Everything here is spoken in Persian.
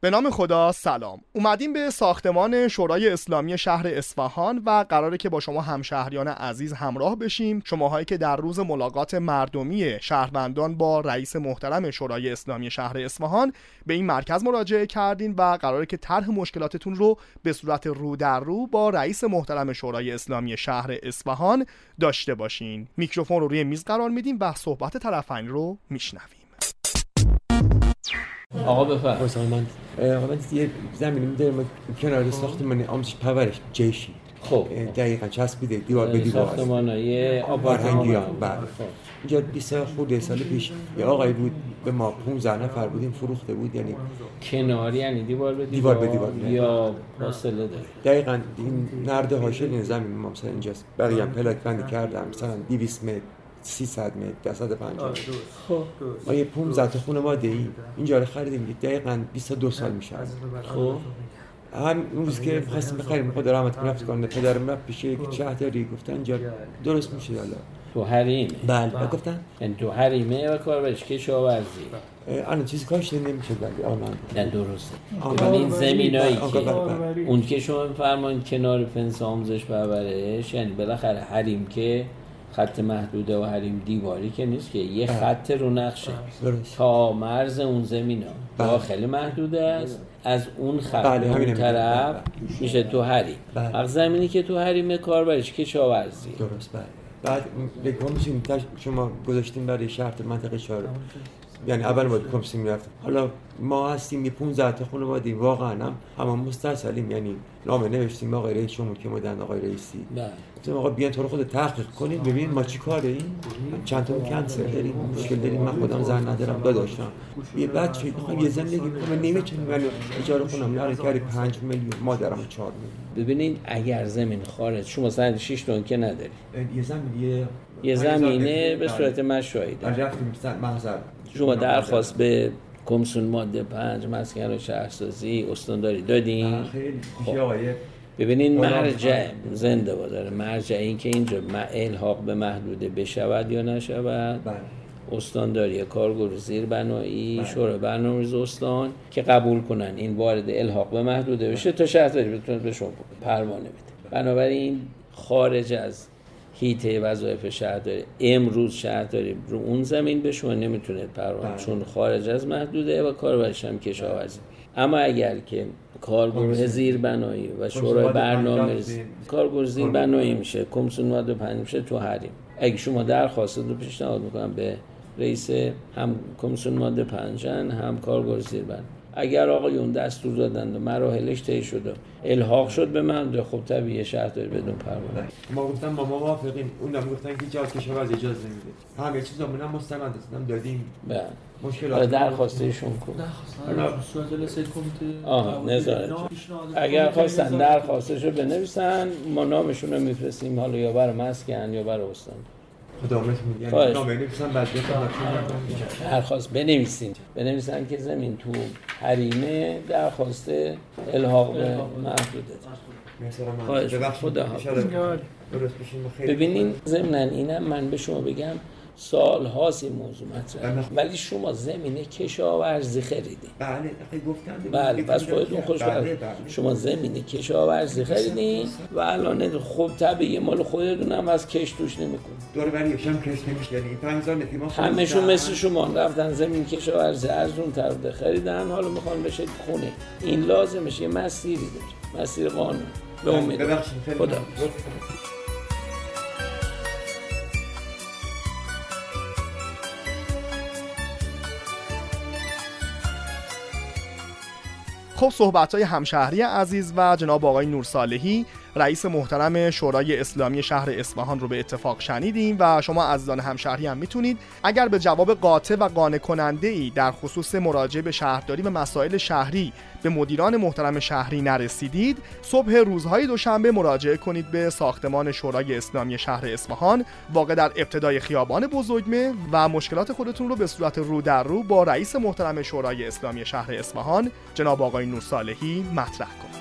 به نام خدا سلام اومدیم به ساختمان شورای اسلامی شهر اصفهان و قراره که با شما همشهریان عزیز همراه بشیم شماهایی که در روز ملاقات مردمی شهروندان با رئیس محترم شورای اسلامی شهر اصفهان به این مرکز مراجعه کردین و قراره که طرح مشکلاتتون رو به صورت رو در رو با رئیس محترم شورای اسلامی شهر اصفهان داشته باشین میکروفون رو روی میز قرار میدیم و صحبت طرفین رو میشنویم آقا بفرم من من یه زمینی میداریم کنار ساختمان آمش پورش جشی خب اه، دقیقا چسبیده دیوار به دیوار است. ساختمانای فرهنگی آپارتمان ها بله اینجا 20 خورده سال پیش یه آقایی بود به ما 15 نفر بودیم فروخته بود یعنی کناری یعنی دیوار به دیوار دیوار به دیوار. یا فاصله داره دقیقا این نرد هاشل این زمین ما مثلا اینجاست بقیه هم پلاک بندی کردم مثلا 200 متر 300 متر 250 متر خب ما یه 15 تا خونه ماده ای اینجا رو خریدیم دقیقا 22 سال میشه از این. خب هم اون روز که خواستیم بخریم خدا رحمت کنه رفت کنه پدرم رفت پیش یک شهرداری گفتن اینجا درست میشه حالا تو حریم بله گفتن یعنی تو حریمه و کاربرش کشاورزی اه، الان چیزی کاش نمیشه بله آنان نه درسته آه، ببین این بله. زمینایی آه، که بله، بله. اون که شما میفرمان کنار فنس آموزش پرورش یعنی بالاخره حریم که خط محدوده و حریم دیواری که نیست که یه بله. خط رو نقشه درست. تا مرز اون زمین ها بله. داخل محدوده است از اون خط بله، به اون همینه میگم. طرف بله، میشه تو حریم بله. از زمینی که تو حریم کاربرش کشاورزی درست بله بعد به کمیسیون تا شما گذاشتیم برای شهر منطقه چهار یعنی اول باید کمیسیون میرفتم حالا ما هستیم یه 15 تا خانواده واقعا هم اما مستصلیم یعنی نامه نوشتیم آقای رئیس شما که مدن آقای رئیسی بله گفتم آقا بیان تو رو خود تحقیق کنید ببین ما چی کاره این چند تا کنسر داریم مشکل داریم من خودم زن ندارم داداشم یه بچه میخوام یه زندگی کنم نمیتونم من اجاره کنم نه کاری 5 میلیون مادرم 4 میلیون ببینید اگر زمین خارج شما مثلا 6 تن که نداری یه زمین یه یه زمینه به صورت مشایی داری. رفتیم سر- محضر شما درخواست به کمسون ماده پنج مسکن و شهرسازی استانداری دادین خب. خیلی خب. خب، دیگه آقای ببینین خدا مرجع بفرمایید. زنده با داره مرجع این که اینجا م- الحاق به محدوده بشود یا نشود بله. استانداری کارگروه زیر بنایی شورای برنامه‌ریز استان که قبول کنن این وارد الحاق به محدوده بشه تا شهرداری بتونه به شما پروانه بده بنابراین خارج از هیته وظایف شهرداری امروز شهرداری رو اون زمین به شما نمیتونه پروانه بله. چون خارج از محدوده و کاربرش هم کشاورزی اما اگر که کارگروه زیر بنایی و شورای ماده برنامه پنجاه زیر- کارگروه زیر بنایی میشه کمسون ماده پنج میشه تو حریم اگه شما درخواست رو پیشنهاد میکنم به رئیس هم کمیسیون ماده پنجن هم کارگروه زیر بنایی اگر آقایون دستور دادند و مراحلش طی شد و الحاق شد به من خب طبیعیه شهرداری بدون پروانه بله. ما گفتم ما موافقیم اونم گفتن که جاز کشاورز اجازه نمیده همه چیزمون هم مستند است. هم دادیم بله مشکل حالا درخواستشون کن نه، صورت جلسه کمیته آها نظارت اگر خواستن درخواستش رو بنویسن ما نامشون رو میفرستیم حالا یا برای مسکن یا برای استان خدا میگن خواهش. یعنی نامه نمیسن بعد بکنم درخواست بنویسین بنویسن که زمین تو حریمه درخواست الحاق به محدوده خواهش. خدا حافظ. درست بشین ما خیلی ببینین ضمنا اینم من به شما بگم سال هاست این موضوع مطرحه ولی شما زمین کشاورزی خریدین بله آخه گفتن بله پس خودتون خوش بله بله. شما زمین کشاورزی خریدین و الان خب طبیعی مال خودتون هم از کش توش نمیکنه دور بر یکم کش نمیشه یعنی این 5000 نتی ما خودمون همشون در- مثل شما رفتن زمین کشاورزی از اون طرف خریدن حالا میخوان بشه خونه این لازمش یه مسیری داره مسیر قانون به امید ببخشید خیلی خدا ممنون. خب صحبت های همشهری عزیز و جناب آقای نورصالحی رئیس محترم شورای اسلامی شهر اصفهان رو به اتفاق شنیدیم و شما عزیزان همشهری هم میتونید اگر به جواب قاطع و قانع کننده ای در خصوص مراجعه به شهرداری و مسائل شهری به مدیران محترم شهری نرسیدید صبح روزهای دوشنبه مراجعه کنید به ساختمان شورای اسلامی شهر اصفهان واقع در ابتدای خیابان بزرگمه و مشکلات خودتون رو به صورت رو در رو با رئیس محترم شورای اسلامی شهر اصفهان جناب آقای نورصالحی مطرح کنید